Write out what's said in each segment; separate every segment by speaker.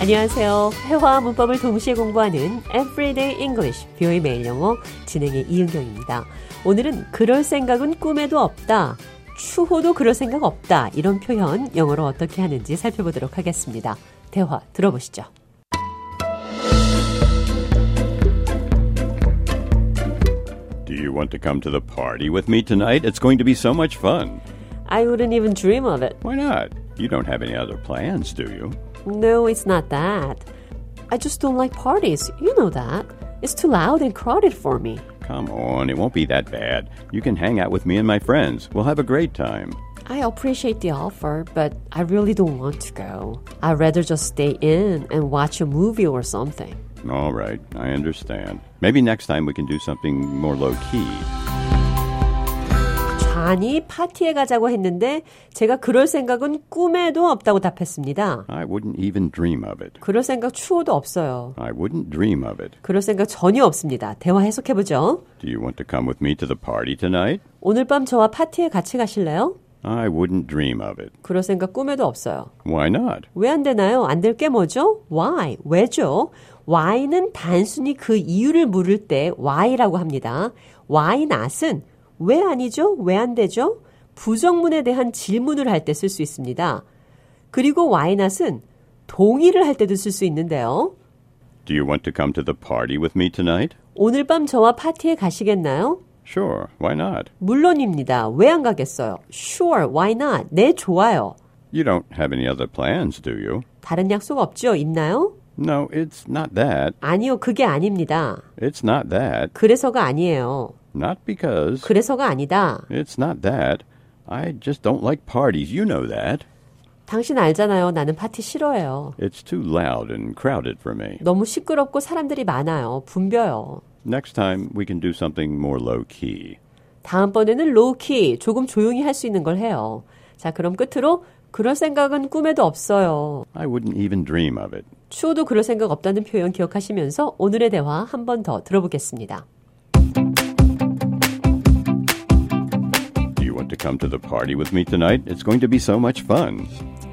Speaker 1: 안녕하세요. 회화와 문법을 동시에 공부하는 Everyday English, 뷰의 매일 영어 진행의 이은경입니다. 오늘은 그럴 생각은 꿈에도 없다. 추호도 그럴 생각 없다. 이런 표현 영어로 어떻게 하는지 살펴보도록 하겠습니다. 대화 들어보시죠.
Speaker 2: Do you want to come to the party with me tonight? It's going to be so much fun.
Speaker 1: I wouldn't even dream of it.
Speaker 2: Why not? You don't have any other plans, do you?
Speaker 1: No, it's not that. I just don't like parties. You know that. It's too loud and crowded for me.
Speaker 2: Come on, it won't be that bad. You can hang out with me and my friends. We'll have a great time.
Speaker 1: I appreciate the offer, but I really don't want to go. I'd rather just stay in and watch a movie or something.
Speaker 2: All right, I understand. Maybe next time we can do something more low key.
Speaker 1: 잔이 파티에 가자고 했는데 제가 그럴 생각은 꿈에도 없다고 답했습니다.
Speaker 2: I wouldn't even dream of it.
Speaker 1: 그럴 생각 추호도 없어요.
Speaker 2: I wouldn't dream of it.
Speaker 1: 그럴 생각 전혀 없습니다. 대화 해석해보죠.
Speaker 2: Do you want to come with me to the party tonight?
Speaker 1: 오늘 밤 저와 파티에 같이 가실래요?
Speaker 2: I wouldn't dream of it.
Speaker 1: 그럴 생각 꿈에도 없어요.
Speaker 2: Why not?
Speaker 1: 왜 안 되나요? 안 될 게 뭐죠? Why? 왜죠? Why는 단순히 그 이유를 물을 때 why라고 합니다. Why not은 왜 아니죠? 왜 안 되죠? 부정문에 대한 질문을 할 때 쓸 수 있습니다. 그리고 why not은 동의를 할 때도 쓸 수 있는데요.
Speaker 2: Do you want to come to the party with me tonight?
Speaker 1: 오늘 밤 저와 파티에 가시겠나요?
Speaker 2: Sure, why not?
Speaker 1: 물론입니다. 왜 안 가겠어요? Sure, why not? 네, 좋아요.
Speaker 2: You don't have any other plans, do you?
Speaker 1: 다른 약속 없죠? 있나요?
Speaker 2: No, it's not that.
Speaker 1: 아니요, 그게 아닙니다.
Speaker 2: It's not that.
Speaker 1: 그래서가 아니에요.
Speaker 2: Not because.
Speaker 1: 그래서가 아니다.
Speaker 2: It's not that. I just don't like parties. You know that.
Speaker 1: 당신 알잖아요. 나는 파티 싫어해요.
Speaker 2: It's too loud and crowded for me.
Speaker 1: 너무 시끄럽고 사람들이 많아요. 붐벼요.
Speaker 2: Next time we can do something more low key.
Speaker 1: 다음번에는 로우키, 조금 조용히 할 수 있는 걸 해요. 자, 그럼 끝으로 그럴 생각은 꿈에도 없어요.
Speaker 2: I wouldn't even dream of it.
Speaker 1: 추호도 그럴 생각 없다는 표현 기억하시면서 오늘의 대화 한 번 더 들어보겠습니다.
Speaker 2: Do you want to come to the party with me tonight? It's going to be so much fun.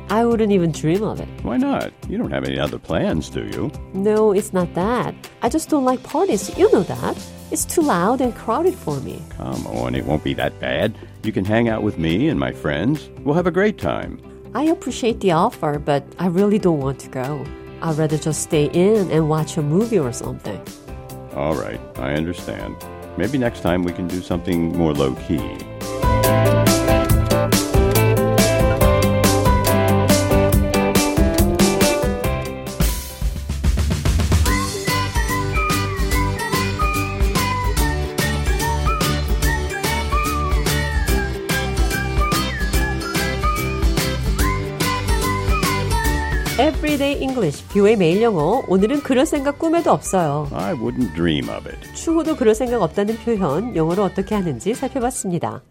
Speaker 1: I wouldn't even dream of it.
Speaker 2: Why not? You don't have any other plans, do you?
Speaker 1: No, it's not that. I just don't like parties. You know that. It's too loud and crowded for me.
Speaker 2: Come on, it won't be that bad. You can hang out with me and my friends. We'll have a great time.
Speaker 1: I appreciate the offer, but I really don't want to go. I'd rather just stay in and watch a movie or something.
Speaker 2: All right, I understand. Maybe next time we can do something more low key.
Speaker 1: Everyday English, 뷰의 매일 영어. 오늘은 그럴 생각 꿈에도 없어요.
Speaker 2: I wouldn't dream of it.
Speaker 1: 추호도 그럴 생각 없다는 표현, 영어로 어떻게 하는지 살펴봤습니다.